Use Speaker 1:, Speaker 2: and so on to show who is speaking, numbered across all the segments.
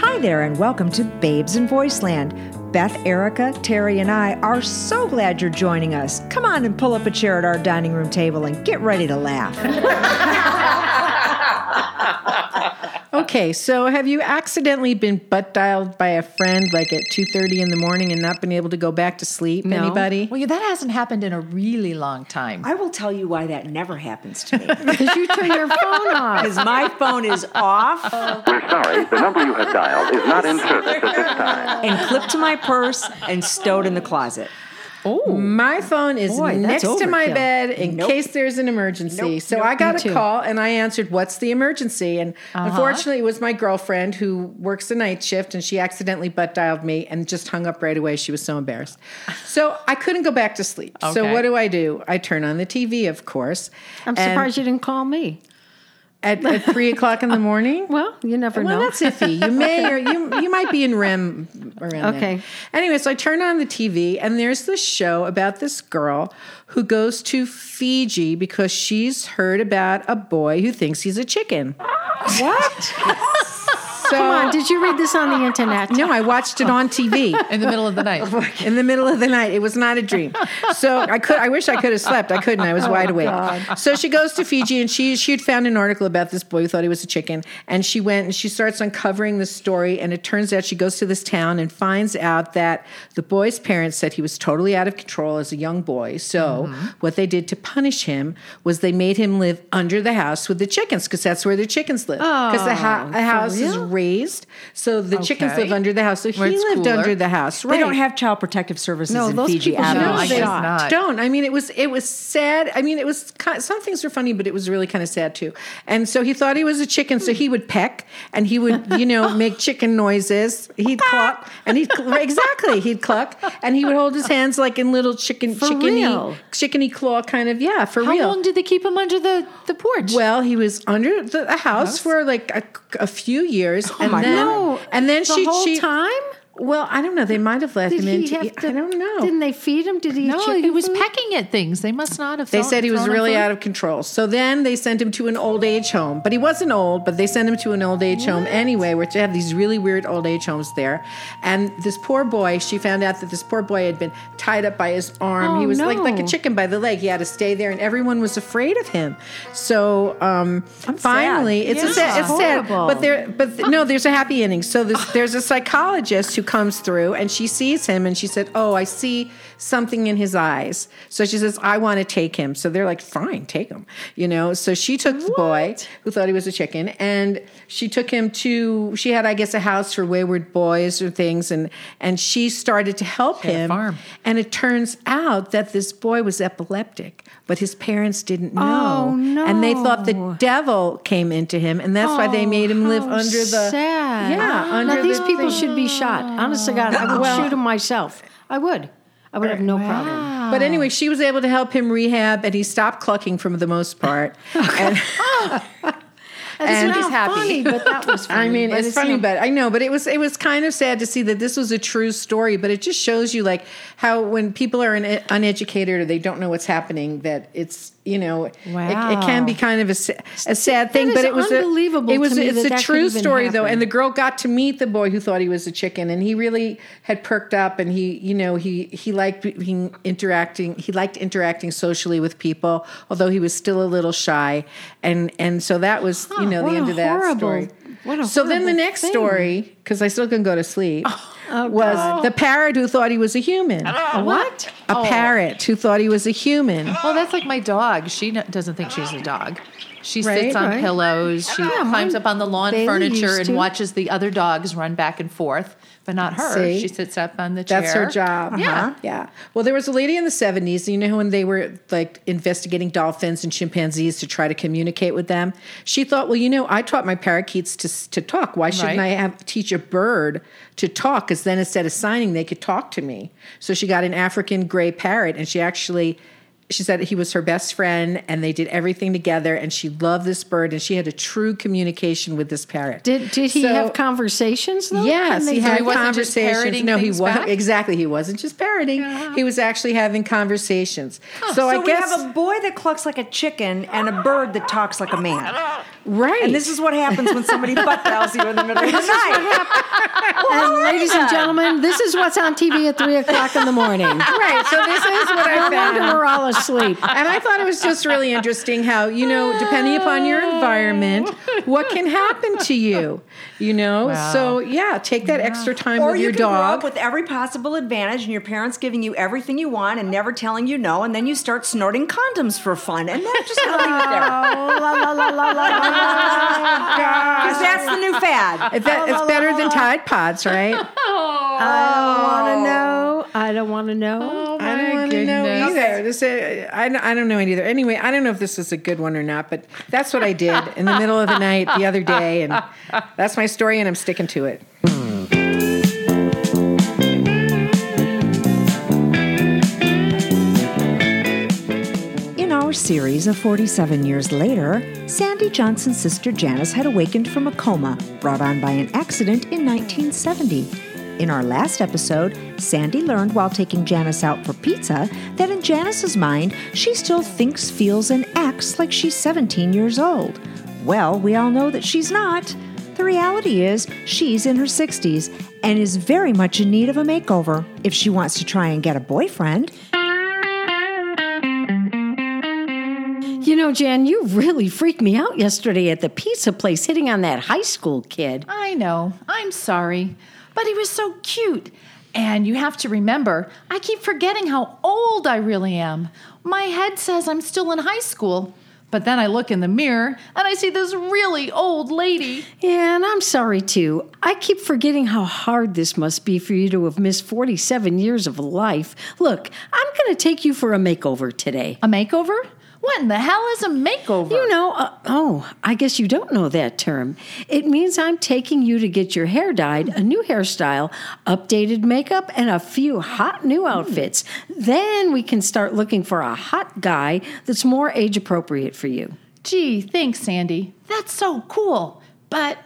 Speaker 1: Hi there, and welcome to Babes in Voiceland. Beth, Erica, Terry, and I are so glad you're joining us. Come on and pull up a chair at our dining room table and get ready to laugh.
Speaker 2: Okay, so have you accidentally been butt dialed by a friend like at 2:30 in the morning and not been able to go back to sleep? Anybody?
Speaker 3: Well, yeah, that hasn't happened in a really long time.
Speaker 1: I will tell you why that never happens to me.
Speaker 2: Because you turn your phone off.
Speaker 1: Because my phone is off
Speaker 4: We're sorry, the number you have dialed is not in service at this time.
Speaker 1: and clipped to my purse and stowed in the closet.
Speaker 3: Mm.
Speaker 2: My phone is
Speaker 3: Boy, that's
Speaker 2: next to my
Speaker 3: overkill.
Speaker 2: bed in
Speaker 1: Nope.
Speaker 2: case there's an emergency.
Speaker 1: Nope,
Speaker 2: so
Speaker 1: nope,
Speaker 2: I got
Speaker 3: me
Speaker 2: a
Speaker 3: too. Uh-huh.
Speaker 2: call and I answered, "What's the emergency?" And unfortunately, it was my girlfriend who works a night shift and she accidentally butt dialed me and just hung up right away. She was so embarrassed. So I couldn't go back to sleep. So
Speaker 3: Okay.
Speaker 2: what do I do? I turn on the TV, of course. and
Speaker 5: I'm surprised you didn't call me.
Speaker 2: at, at three o'clock in the morning.
Speaker 5: Well, you never
Speaker 2: Well,
Speaker 5: know.
Speaker 2: that's iffy. You may or you you might be in REM around
Speaker 5: Okay.
Speaker 2: Then. Anyway, so I turn on the TV and there's this show about this girl who goes to Fiji because she's heard about a boy who thinks he's a chicken. What? so
Speaker 5: Come on, did you read this on the internet?
Speaker 2: no, I watched it on TV
Speaker 3: in the middle of the night.
Speaker 2: in the middle of the night. It was not a dream. So I could. I wish I could have slept. I couldn't. I
Speaker 3: Oh,
Speaker 2: was wide awake. So she goes to Fiji and she she had found an article about this boy who thought he was a chicken, and she went and she starts uncovering the story. And it turns out she goes to this town and finds out that the boy's parents said he was totally out of control as a young boy. So
Speaker 3: Mm-hmm.
Speaker 2: what they did to punish him was they made him live under the house with the chickens because that's where the chickens live. Because the ho- a house is raised, so the chickens
Speaker 3: Oh, Okay.
Speaker 2: live under the house. So
Speaker 3: Where
Speaker 2: he
Speaker 3: it's
Speaker 2: lived
Speaker 3: cooler.
Speaker 2: under the house. Right
Speaker 1: They don't have child protective services
Speaker 5: No,
Speaker 1: in
Speaker 5: those
Speaker 1: Fiji
Speaker 5: people
Speaker 1: at
Speaker 5: should
Speaker 1: all.
Speaker 5: know
Speaker 3: I
Speaker 5: they
Speaker 3: guess
Speaker 5: are.
Speaker 3: not.
Speaker 2: Oh, don't. I mean, it was it was sad. I mean, it was ki some things were funny, but it was really kind of sad too. And so he thought he was a chicken, so he would peck and he would you know make chicken noises. He'd cluck and he'd cl- exactly he'd cluck and he would hold his hands like in little chicken
Speaker 5: For
Speaker 2: chickeny
Speaker 5: real?
Speaker 2: chickeny claw kind of yeah for
Speaker 3: How
Speaker 2: real.
Speaker 3: long did they keep him under the, the porch?
Speaker 2: well, he was under the a house, for like a, a few years, and
Speaker 1: my
Speaker 2: then
Speaker 5: Oh, No,
Speaker 2: and then
Speaker 5: the
Speaker 2: she
Speaker 5: whole
Speaker 2: she
Speaker 5: time.
Speaker 2: well I don't know they might have left
Speaker 5: Did
Speaker 2: him in
Speaker 5: he
Speaker 2: to
Speaker 5: have
Speaker 2: eat-
Speaker 5: to?
Speaker 2: I don't know
Speaker 5: Didn't they feed him? Did he? eat
Speaker 3: no,
Speaker 5: chicken
Speaker 3: he was
Speaker 5: food?
Speaker 3: pecking at things. They must not have.
Speaker 2: They
Speaker 3: thrown-
Speaker 2: said he was
Speaker 3: thrown him
Speaker 2: really
Speaker 3: food.
Speaker 2: out of control. So then they sent him to an old age home, but he wasn't old, but they sent him to an old age home anyway, where they have these really weird old age homes there. And this poor boy, she found out that this poor boy had been tied up by his arm.
Speaker 5: Oh,
Speaker 2: he was like like a
Speaker 5: no.
Speaker 2: chicken by the leg. He had to stay there, and everyone was afraid of him. So um, finally, it's a
Speaker 3: Yeah.
Speaker 2: sad, it's sad,
Speaker 5: Horrible.
Speaker 2: but there,
Speaker 3: Um,
Speaker 2: but th- no, there's a happy ending. So this, there's a psychologist who comes through, and she sees him, and she said, "Oh, I see something in his eyes." So she says, "I want to take him." So they're like, "Fine, take him," you know. So she took the boy who thought he was a chicken, and she took him to. She had, I guess, a house for wayward boys or things, and and she started to help
Speaker 3: had a
Speaker 2: him.
Speaker 3: farm.
Speaker 2: And it turns out that this boy was epileptic, but his parents didn't know.
Speaker 5: Oh,
Speaker 2: And they thought the
Speaker 5: no. Oh,
Speaker 2: devil came into him, and that's why they made him live
Speaker 5: How
Speaker 2: under the.
Speaker 5: sad. Ah.
Speaker 2: Yeah, under
Speaker 5: now these
Speaker 2: the
Speaker 5: people
Speaker 2: thing.
Speaker 5: should be shot. Honest to God, I would
Speaker 2: Well-
Speaker 5: shoot them myself. I would. I would have no problem.
Speaker 2: But anyway, she was able to help him rehab, and he stopped clucking for the most part. and, and
Speaker 5: not
Speaker 2: he's happy.
Speaker 5: funny, but that was
Speaker 2: I
Speaker 5: funny.
Speaker 2: mean,
Speaker 5: But
Speaker 2: it's funny,
Speaker 5: not-
Speaker 2: but I know, but it was it was kind of sad to see that this was a true story. But it just shows you like how when people are un- uneducated or they don't know what's happening, that it's you know it- it, can be kind of a, sa- a sad thing.
Speaker 5: is
Speaker 2: but it was a-
Speaker 5: unbelievable
Speaker 2: it was
Speaker 5: to me
Speaker 2: it's
Speaker 5: that
Speaker 2: a
Speaker 5: that could
Speaker 2: true
Speaker 5: even
Speaker 2: story though,
Speaker 5: happen.
Speaker 2: and the girl got to meet the boy who thought he was a chicken, and he really had perked up, and he you know he he liked being interacting. He liked interacting socially with people, although he was still a little shy, and and so that was you know
Speaker 5: what
Speaker 2: the end
Speaker 5: a
Speaker 2: of that
Speaker 5: horrible-
Speaker 2: story.
Speaker 5: what a
Speaker 2: so then the
Speaker 5: horrible
Speaker 2: next
Speaker 5: thing. Oh,
Speaker 2: story, because I still couldn't go to sleep, was the parrot who thought he was a human.
Speaker 5: A what?
Speaker 2: A parrot who thought he was a human.
Speaker 3: Oh, that's like my dog. She no- doesn't think she's a dog. She
Speaker 2: Right,
Speaker 3: sits on
Speaker 2: right.
Speaker 3: pillows. She climbs up on the lawn
Speaker 5: Bailey
Speaker 3: furniture
Speaker 5: used
Speaker 3: and
Speaker 5: to.
Speaker 3: watches the other dogs run back and forth, but not her.
Speaker 2: See?
Speaker 3: She sits up on the chair.
Speaker 2: That's her job.
Speaker 5: Uh-huh.
Speaker 3: Yeah.
Speaker 2: Yeah. Well, there was a lady in the 70s, you know, when they were like investigating dolphins and chimpanzees to try to communicate with them. She thought, well, you know, I taught my parakeets to, to talk. Why shouldn't
Speaker 3: Right.
Speaker 2: I have, teach a bird to talk? Because then instead of signing, they could talk to me. So she got an African gray parrot and she actually she said he was her best friend and they did everything together and she loved this bird and she had a true communication with this parrot.
Speaker 5: Did did he
Speaker 2: So-
Speaker 5: have conversations though?
Speaker 2: Yes,
Speaker 5: Can they
Speaker 2: he
Speaker 5: do
Speaker 2: had
Speaker 3: he wasn't just
Speaker 2: conversations.
Speaker 3: parroting
Speaker 2: No, he
Speaker 3: things
Speaker 2: was
Speaker 3: back?
Speaker 2: exactly. He wasn't just parroting. He was actually having conversations. So
Speaker 1: so
Speaker 2: I
Speaker 1: we
Speaker 2: guess
Speaker 1: have a boy that clucks like a chicken and a bird that talks like a man.
Speaker 2: right.
Speaker 1: And this is what happens when somebody butt dials you in the middle of the night.
Speaker 5: And ladies and gentlemen, this is what's on TV at three o'clock in the morning.
Speaker 2: right. So this is what I
Speaker 5: No wonder
Speaker 2: found.
Speaker 5: we're all asleep.
Speaker 2: And I thought it was just really interesting how, you know, depending upon your environment, what can happen to you, you know?
Speaker 3: Wow.
Speaker 2: So, yeah, take that extra time
Speaker 1: Or
Speaker 2: with
Speaker 1: you
Speaker 2: your
Speaker 1: can grow
Speaker 2: dog.
Speaker 1: up with every possible advantage, and your parents giving you everything you want and never telling you no, and then you start snorting condoms for fun, and that just gonna leave it there
Speaker 2: Oh,
Speaker 1: because that's the new fad.
Speaker 2: If that- it's better than Tide Pods, right?
Speaker 5: I don't want to know. I don't want to know.
Speaker 2: I don't want to know
Speaker 3: goodness.
Speaker 2: either. This, uh, I, don't- I don't know it either. Anyway, I don't know if this was a good one or not, but that's what I did in the middle of the night the other day, and that's my story, and I'm sticking to it.
Speaker 1: In our series of 47 years later, Sandy Johnson's sister Janice had awakened from a coma brought on by an accident in 1970. In our last episode, Sandy learned while taking Janice out for pizza that in Janice's mind, she still thinks, feels, and acts like she's 17 years old. Well, we all know that she's not. The reality is, she's in her 60s and is very much in need of a makeover if she wants to try and get a boyfriend.
Speaker 5: You know, Jan, you really freaked me out yesterday at the pizza place hitting on that high school kid.
Speaker 3: I know. I'm sorry. But he was so cute. And you have to remember, I keep forgetting how old I really am. My head says I'm still in high school. But then I look in the mirror and I see this really old lady.
Speaker 5: Yeah, and I'm sorry too. I keep forgetting how hard this must be for you to have missed 47 years of life. Look, I'm going to take you for a makeover today.
Speaker 3: A makeover? What in the hell is a makeover?
Speaker 5: You know, uh, oh, I guess you don't know that term. It means I'm taking you to get your hair dyed, a new hairstyle, updated makeup, and a few hot new outfits. Then we can start looking for a hot guy that's more age appropriate for you.
Speaker 3: Gee, thanks, Sandy. That's so cool. But,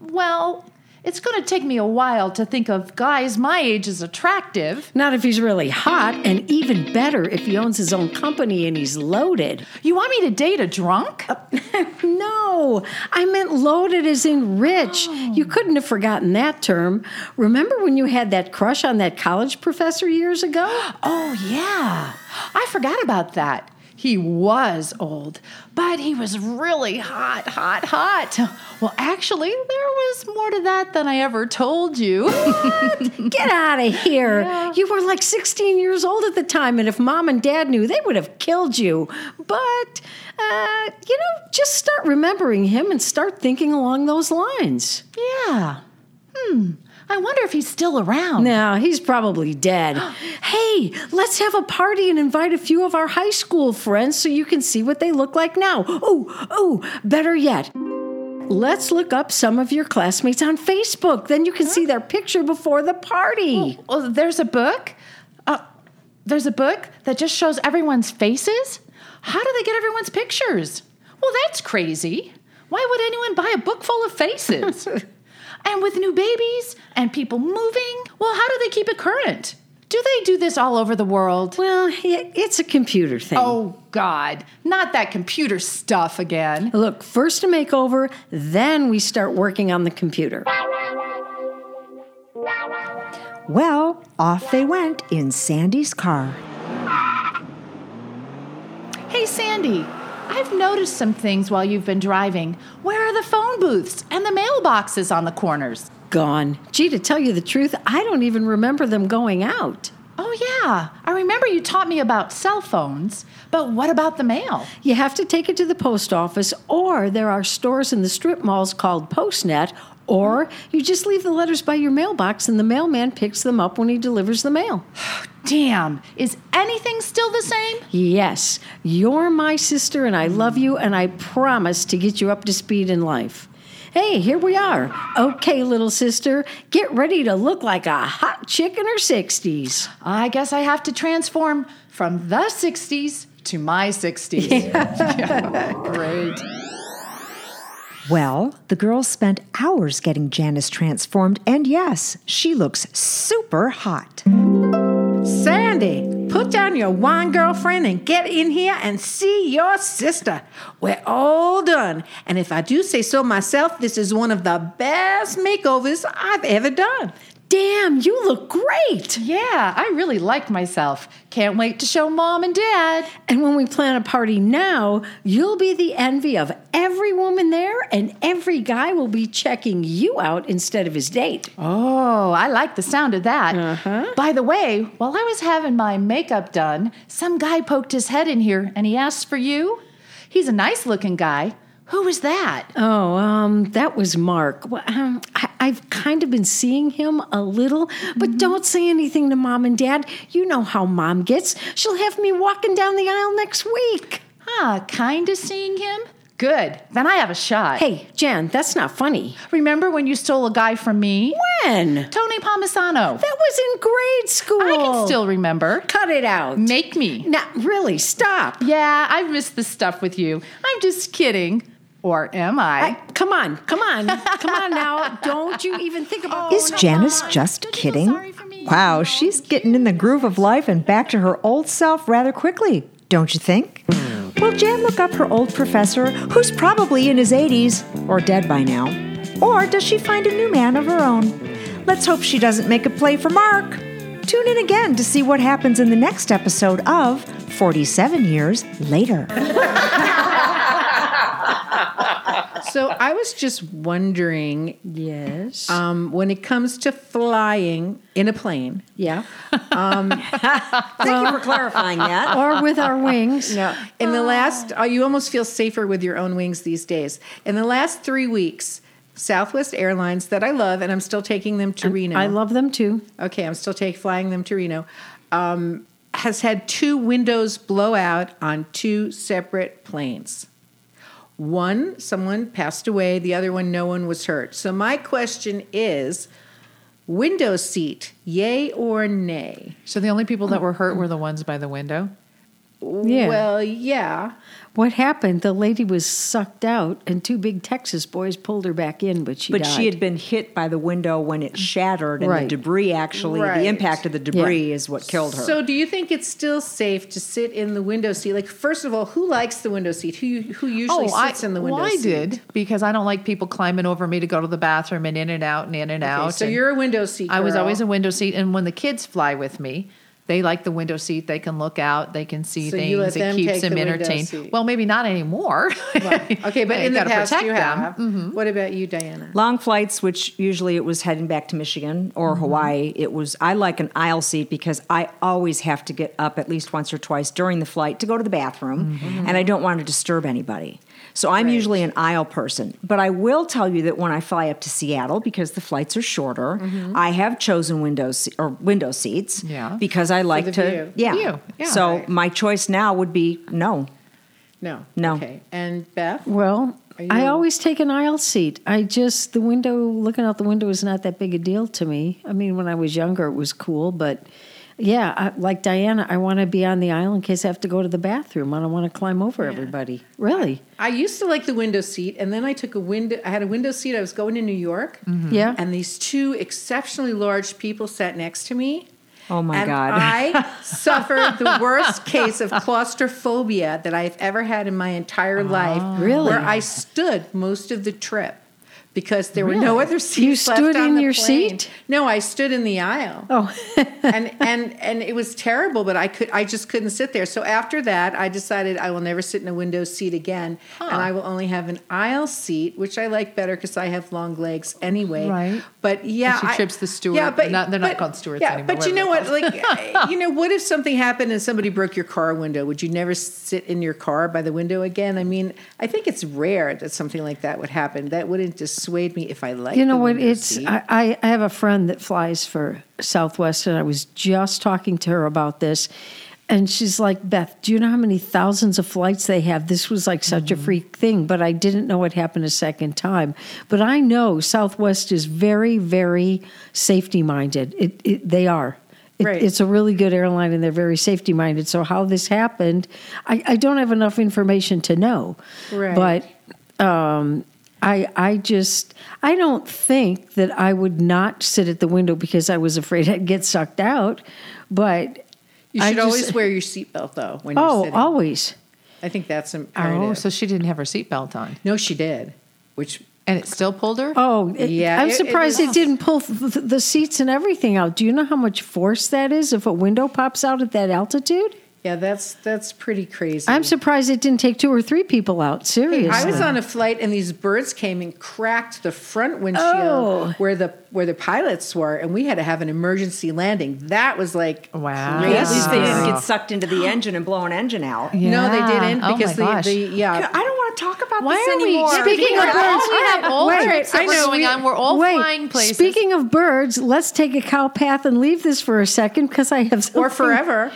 Speaker 3: well, it's going to take me a while to think of guys my age as attractive.
Speaker 5: Not if he's really hot, and even better if he owns his own company and he's loaded.
Speaker 3: You want me to date a drunk?
Speaker 5: No, I meant loaded as in rich. You couldn't have forgotten that term. Remember when you had that crush on that college professor years ago?
Speaker 3: Oh, yeah. I forgot about that. He was old, but he was really hot, hot, hot. Well, actually, there was more to that than I ever told you.
Speaker 5: Get out of here. You were like 16 years old at the time, and if mom and dad knew, they would have killed you. But, uh, you know, just start remembering him and start thinking along those lines.
Speaker 3: yeah. Hmm. I wonder if he's still around.
Speaker 5: No, he's probably dead. hey, let's have a party and invite a few of our high school friends so you can see what they look like now. Oh, oh, better yet. Let's look up some of your classmates on Facebook. Then you can see their picture before the party.
Speaker 3: Well, there's a book. Uh, there's a book that just shows everyone's faces. How do they get everyone's pictures? Well, that's crazy. Why would anyone buy a book full of faces? and with new babies and people moving, well, how do they keep it current? Do they do this all over the world?
Speaker 5: Well, it- it's a computer thing.
Speaker 3: Oh, God, not that computer stuff again.
Speaker 5: Look, first a makeover, then we start working on the computer.
Speaker 1: Well, off they went in Sandy's car.
Speaker 3: Hey, Sandy, I've noticed some things while you've been driving. Where are the phone booths and the mailboxes on the corners?
Speaker 5: Gone. Gee, to tell you the truth, I don't even remember them going out.
Speaker 3: Oh, yeah. I remember you taught me about cell phones, but what about the mail?
Speaker 5: You have to take it to the post office, or there are stores in the strip malls called PostNet, or you just leave the letters by your mailbox and the mailman picks them up when he delivers the mail.
Speaker 3: Damn, is anything still the same?
Speaker 5: Yes, you're my sister and I love you, and I promise to get you up to speed in life. Hey, here we are. Okay, little sister, get ready to look like a hot chick in her 60s.
Speaker 3: I guess I have to transform from the 60s to my 60s. Yeah, Great.
Speaker 1: Well, the girls spent hours getting Janice transformed, and yes, she looks super hot.
Speaker 2: Sandy, put down your wine girlfriend and get in here and see your sister. We're all done. And if I do say so myself, this is one of the best makeovers I've ever done.
Speaker 5: Damn, you look great.
Speaker 3: Yeah, I really liked myself. Can't wait to show mom and dad.
Speaker 5: And when we plan a party now, you'll be the envy of every woman there, and every guy will be checking you out instead of his date.
Speaker 3: Oh, I like the sound of that. By the way, while I was having my makeup done, some guy poked his head in here and he asked for you. He's a nice looking guy. Who was that?
Speaker 5: Oh, um, that was Mark. Well, um, I, I've kind of been seeing him a little, but don't say anything to mom and dad. You know how mom gets. She'll have me walking down the aisle next week.
Speaker 3: Ah, kind of seeing him? Good. Then I have a shot.
Speaker 5: Hey, Jan, that's not funny.
Speaker 3: remember when you stole a guy from me?
Speaker 5: When?
Speaker 3: Tony Pomisano.
Speaker 5: That was in grade school.
Speaker 3: I can still remember.
Speaker 5: cut it out.
Speaker 3: Make me.
Speaker 5: No, really, stop.
Speaker 3: Yeah, I've missed the stuff with you. I'm just kidding. Or am
Speaker 5: I-
Speaker 3: I?
Speaker 5: come on, come on, come on now. Don't you even think about
Speaker 1: Is Janice just kidding? Wow, she's getting in the groove of life and back to her old self rather quickly, don't you think? Will Jan look up her old professor, who's probably in his 80s or dead by now? Or does she find a new man of her own? Let's hope she doesn't make a play for Mark. Tune in again to see what happens in the next episode of 47 Years Later.
Speaker 2: So I was just wondering
Speaker 5: Yes.
Speaker 2: um, when it comes to flying in a plane,
Speaker 5: yeah.
Speaker 1: Thank you for clarifying that.
Speaker 5: Or with our wings.
Speaker 2: in the last, uh, you almost feel safer with your own wings these days. In the last three weeks, Southwest Airlines that I love, and I'm still taking them to Reno.
Speaker 5: I love them too.
Speaker 2: okay, I'm still take, flying them to Reno, um, has had two windows blow out on two separate planes. One, someone passed away, the other one, no one was hurt. So, my question is window seat, yay or nay?
Speaker 3: So the only people that were hurt were the ones by the window?
Speaker 5: Yeah.
Speaker 2: Well, yeah.
Speaker 5: What happened? The lady was sucked out, and two big Texas boys pulled her back in, but she
Speaker 1: But
Speaker 5: died.
Speaker 1: she had been hit by the window when it shattered, and
Speaker 5: Right.
Speaker 1: the debris actually,
Speaker 2: Right.
Speaker 1: the impact of the debris is what killed her.
Speaker 2: So, do you think it's still safe to sit in the window seat? Like, first of all, who likes the window seat? Who who usually sits in the window
Speaker 3: well, Oh, I
Speaker 2: seat?
Speaker 3: did because I don't like people climbing over me to go to the bathroom and in and out and in and
Speaker 2: Okay,
Speaker 3: out.
Speaker 2: so
Speaker 3: and
Speaker 2: you're a window seat.
Speaker 3: I was
Speaker 2: girl.
Speaker 3: always a window seat, and when the kids fly with me, they like the window seat. They can look out. They can see
Speaker 2: So
Speaker 3: things.
Speaker 2: you let
Speaker 3: it
Speaker 2: them
Speaker 3: keeps
Speaker 2: take
Speaker 3: them
Speaker 2: the window
Speaker 3: entertained.
Speaker 2: seat.
Speaker 3: Well, maybe not anymore.
Speaker 2: Okay, but
Speaker 3: You
Speaker 2: in the
Speaker 3: gotta
Speaker 2: past
Speaker 3: protect
Speaker 2: you
Speaker 3: them. Mm-hmm.
Speaker 2: have. What about you, Diana?
Speaker 1: Long flights, which usually it was heading back to Michigan or
Speaker 3: Mm-hmm.
Speaker 1: Hawaii, it was, I like an aisle seat because I always have to get up at least once or twice during the flight to go to the bathroom,
Speaker 3: Mm-hmm.
Speaker 1: and I don't want to disturb anybody. So I'm usually an aisle person. But I will tell you that when I fly up to Seattle, because the flights are shorter, I have chosen window se- or window seats
Speaker 3: Mm-hmm. Yeah.
Speaker 1: because I like
Speaker 2: the
Speaker 1: to.
Speaker 2: view.
Speaker 1: Yeah.
Speaker 3: View, yeah.
Speaker 1: So
Speaker 2: Right.
Speaker 1: my choice now would be no.
Speaker 2: No.
Speaker 1: No.
Speaker 2: Okay. And Beth?
Speaker 5: Well,
Speaker 2: Are
Speaker 5: I
Speaker 2: you-
Speaker 5: always take an aisle seat. I just the window looking out the window is not that big a deal to me. I mean, when I was younger, it was cool, but yeah, I, like Diana, I want to be on the aisle in case I have to go to the bathroom. I don't want to climb over everybody. Really?
Speaker 2: I used to like the window seat, and then I took a window. I had a window seat. I was going to New York,
Speaker 3: Mm-hmm.
Speaker 5: Yeah.
Speaker 2: Hmm. and these two exceptionally large people sat next to me.
Speaker 1: Oh, my
Speaker 2: and
Speaker 1: God.
Speaker 2: I suffered the worst case of claustrophobia that I've ever had in my entire life.
Speaker 5: Oh, Really?
Speaker 2: Where I stood most of the trip because there were no other seats.
Speaker 5: You
Speaker 2: left
Speaker 5: stood
Speaker 2: on
Speaker 5: in
Speaker 2: the
Speaker 5: your
Speaker 2: plane.
Speaker 5: seat?
Speaker 2: No, I stood in the aisle.
Speaker 5: Oh.
Speaker 2: and and and it was terrible but i could i just couldn't sit there so after that i decided i will never sit in a window seat again and i will only have an aisle seat which i like better because i have long legs anyway
Speaker 3: Right.
Speaker 2: but yeah
Speaker 3: She
Speaker 2: I-
Speaker 3: trips the steward.
Speaker 2: yeah but
Speaker 3: Not- they're not
Speaker 2: but-
Speaker 3: called stewards
Speaker 2: yeah,
Speaker 3: anymore,
Speaker 2: but you know what
Speaker 3: whatever
Speaker 2: like you know what if something happened and somebody broke your car window would you never sit in your car by the window again i mean i think it's rare that something like that would happen that wouldn't dissuade me if i liked
Speaker 5: You know
Speaker 2: the
Speaker 5: what?
Speaker 2: window
Speaker 5: It's
Speaker 2: seat.
Speaker 5: I, I, I have a friend that flies for Southwest, and I was just talking to her about this, and she's like, "Beth, do you know how many thousands of flights they have? This was like such
Speaker 2: Mm-hmm.
Speaker 5: a freak thing, but I didn't know it happened a second time. But I know Southwest is very, very safety minded. It, it they are." It-
Speaker 2: Right.
Speaker 5: It's a really good airline and they're very safety minded. So, how this happened, I, I don't have enough information to know.
Speaker 2: Right.
Speaker 5: But um, I, I just, I don't think that I would not sit at the window because I was afraid I'd get sucked out. But
Speaker 2: You
Speaker 5: I
Speaker 2: should
Speaker 5: just-
Speaker 2: always wear your seatbelt though when you're
Speaker 5: Oh,
Speaker 2: sitting.
Speaker 5: always.
Speaker 2: I think that's imperative.
Speaker 3: Oh, so she didn't have her seatbelt on,
Speaker 2: no, she did. Which
Speaker 3: and it still pulled her.
Speaker 5: Oh, it-
Speaker 2: Yeah,
Speaker 5: I'm
Speaker 2: it- it
Speaker 5: surprised it,
Speaker 2: was-
Speaker 5: didn't pull th- th- the seats and everything out. Do you know how much force that is if a window pops out at that altitude?
Speaker 2: yeah, that's that's pretty crazy.
Speaker 5: I'm surprised it didn't take two or three people out. Seriously.
Speaker 2: I was on a flight and these birds came and cracked the front windshield
Speaker 5: Oh.
Speaker 2: where the where the pilots were, and we had to have an emergency landing. That was like
Speaker 3: Wow.
Speaker 2: crazy.
Speaker 3: Yeah,
Speaker 6: At least they didn't get sucked into the engine and blow an engine out.
Speaker 2: No, they
Speaker 3: Yeah.
Speaker 2: didn't
Speaker 3: Oh,
Speaker 2: because
Speaker 3: my gosh.
Speaker 2: the, the yeah.
Speaker 6: I don't want to talk about
Speaker 3: Why
Speaker 6: this
Speaker 3: are we
Speaker 6: anymore.
Speaker 3: speaking of
Speaker 6: Because-
Speaker 3: birds? We have all
Speaker 5: Wait,
Speaker 3: trips that
Speaker 2: I
Speaker 3: we're
Speaker 2: know,
Speaker 3: going
Speaker 2: we-
Speaker 3: on. We're all
Speaker 5: Wait,
Speaker 3: flying places.
Speaker 5: Speaking of birds, let's take a cow path and leave this for a second because I have
Speaker 2: Or
Speaker 5: something-
Speaker 2: forever.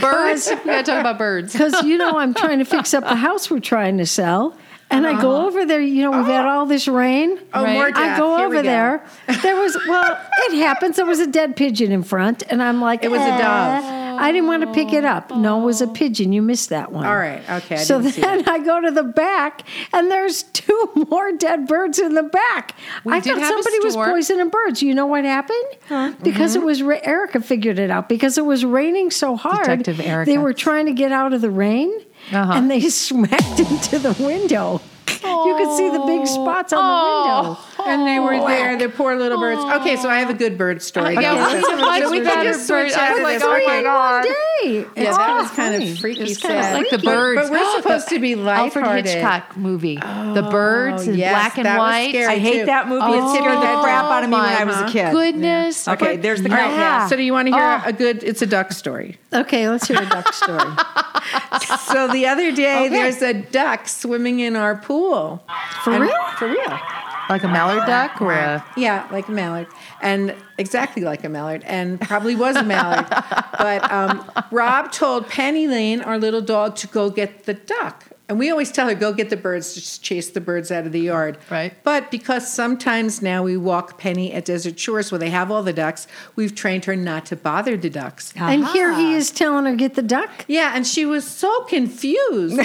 Speaker 3: birds, we got to talk about birds.
Speaker 5: Because you know I'm trying to fix up the house we're trying to sell, and I go over there. You know we've had all this rain.
Speaker 2: Uh-huh. Oh, more
Speaker 3: Right.
Speaker 5: I
Speaker 2: death.
Speaker 5: go
Speaker 2: Here we
Speaker 5: over there. There was well, it happens. There was a dead pigeon in front, and I'm like,
Speaker 2: It was a
Speaker 5: "Eh."
Speaker 2: dove.
Speaker 5: I didn't want to pick it up. No, it was a pigeon. You missed that one.
Speaker 2: All right. Okay, I
Speaker 5: so
Speaker 2: didn't see
Speaker 5: then I go to the back, and there's two more dead birds in the back. I
Speaker 3: did
Speaker 5: thought
Speaker 3: have a
Speaker 5: somebody was
Speaker 3: storm.
Speaker 5: poisoning birds. You know what happened? Because
Speaker 2: Mm-hmm.
Speaker 5: it was ra- Erica figured it out. Because it was raining so hard,
Speaker 3: Detective Erica.
Speaker 5: they were trying to get out of the rain,
Speaker 3: Uh-huh.
Speaker 5: and they smacked into the window. You could see the big spots on the window.
Speaker 3: Oh.
Speaker 2: And they were there, the poor little birds. Okay, so I have a good bird story.
Speaker 3: Yeah,
Speaker 2: Okay,
Speaker 3: we
Speaker 2: so-
Speaker 3: have much
Speaker 2: so we can
Speaker 3: better
Speaker 2: just switch
Speaker 3: bird- I
Speaker 2: out
Speaker 3: was
Speaker 2: of
Speaker 3: like,
Speaker 2: this.
Speaker 3: oh
Speaker 2: Okay.
Speaker 3: my
Speaker 5: God. Day.
Speaker 2: Yeah,
Speaker 5: It's
Speaker 2: that was
Speaker 5: awful.
Speaker 2: kind of freaky
Speaker 5: kinda
Speaker 2: sad.
Speaker 3: like the
Speaker 5: freaky.
Speaker 3: birds.
Speaker 2: But we're supposed to be
Speaker 3: Alfred
Speaker 2: lighthearted.
Speaker 3: Hitchcock movie. the birds in
Speaker 2: Oh, yes,
Speaker 3: black and
Speaker 2: that was
Speaker 3: white.
Speaker 2: scary.
Speaker 6: I hate
Speaker 2: too.
Speaker 6: that movie. it scared the crap out of me when I was a kid.
Speaker 3: Oh Goodness.
Speaker 6: Okay,
Speaker 3: But-
Speaker 6: there's the
Speaker 2: All right,
Speaker 6: countdown.
Speaker 2: So do you want to hear a good? It's a duck story.
Speaker 5: Okay, let's hear a duck story.
Speaker 2: so the other day, there's a duck swimming in our pool. For
Speaker 5: real?
Speaker 2: For real.
Speaker 3: like a mallard duck or a
Speaker 2: Yeah, like a mallard, and exactly like a mallard, and probably was a mallard. but um, Rob told Penny Lane, our little dog, to go get the duck. And we always tell her, go get the birds, just chase the birds out of the yard.
Speaker 3: Right.
Speaker 2: But because sometimes now we walk Penny at Desert Shores where they have all the ducks, we've trained her not to bother the ducks.
Speaker 5: and here he
Speaker 2: Uh-huh.
Speaker 5: is telling her get the duck.
Speaker 2: Yeah, and she was so confused. she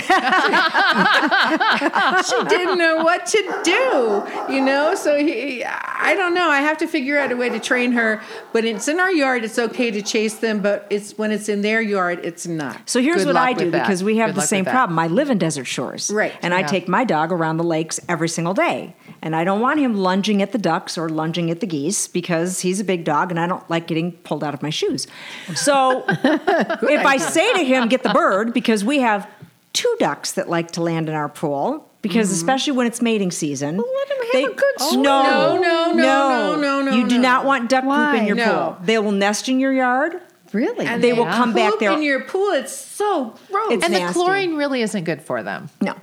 Speaker 2: didn't know what to do, you know? So he, I don't know. I have to figure out a way to train her. When it's in our yard, it's okay to chase them, but it's when it's in their yard, it's not.
Speaker 6: So here's
Speaker 3: Good
Speaker 6: what
Speaker 3: luck
Speaker 6: I
Speaker 3: with
Speaker 6: do
Speaker 3: that.
Speaker 6: because we have
Speaker 3: Good
Speaker 6: the
Speaker 3: luck
Speaker 6: same
Speaker 3: with that.
Speaker 6: problem. I live in Desert Shores.
Speaker 2: Right,
Speaker 6: And I
Speaker 3: yeah.
Speaker 6: take my dog around the lakes every single day. And I don't want him lunging at the ducks or lunging at the geese because he's a big dog and I don't like getting pulled out of my shoes. So if I say to him, get the bird, because we have two ducks that like to land in our pool. Because especially when it's mating season,
Speaker 5: let him have
Speaker 6: they- Oh,
Speaker 5: a good swim.
Speaker 6: no,
Speaker 2: No, no, no, no, no,
Speaker 6: You do
Speaker 2: no.
Speaker 6: not want duck poop
Speaker 5: Why?
Speaker 6: in your
Speaker 2: No.
Speaker 6: pool. They will nest in your yard.
Speaker 5: Really?
Speaker 2: And
Speaker 6: they will come back
Speaker 2: poop
Speaker 6: there.
Speaker 2: in your pool. It's so gross.
Speaker 6: It's
Speaker 3: and the
Speaker 6: nasty.
Speaker 3: chlorine really isn't good for them.
Speaker 6: No,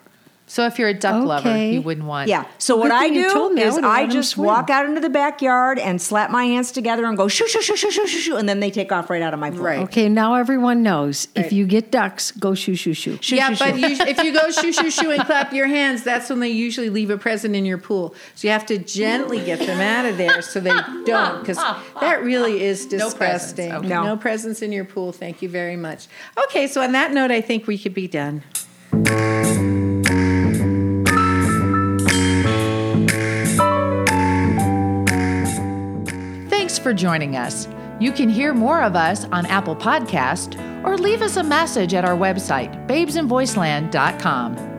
Speaker 3: So if you're a duck lover,
Speaker 5: Okay.
Speaker 3: you wouldn't want.
Speaker 6: Yeah. So
Speaker 5: Good
Speaker 6: what I
Speaker 5: thing you
Speaker 6: do
Speaker 5: told me. I
Speaker 6: is
Speaker 5: would've let
Speaker 6: I
Speaker 5: 'em
Speaker 6: just
Speaker 5: swim.
Speaker 6: walk out into the backyard and slap my hands together and go shoo shoo shoo shoo shoo shoo shoo, and then they take off right out of my pool.
Speaker 2: Right.
Speaker 5: okay, now everyone knows. If
Speaker 2: Right.
Speaker 5: you get ducks, go shoo shoo shoo.
Speaker 6: Shoo,
Speaker 2: yeah,
Speaker 6: shoo,
Speaker 2: but
Speaker 6: shoo.
Speaker 2: you, if you go shoo shoo shoo and clap your hands, that's when they usually leave a present in your pool. So you have to gently get them out of there so they don't, because that really is
Speaker 3: No presents,
Speaker 2: disgusting.
Speaker 3: okay.
Speaker 6: No.
Speaker 2: presents in your pool. Thank you very much. Okay, so on that note, I think we could be done.
Speaker 3: Thanks for joining us. You can hear more of us on Apple Podcast or leave us a message at our website, babesandvoiceland.com.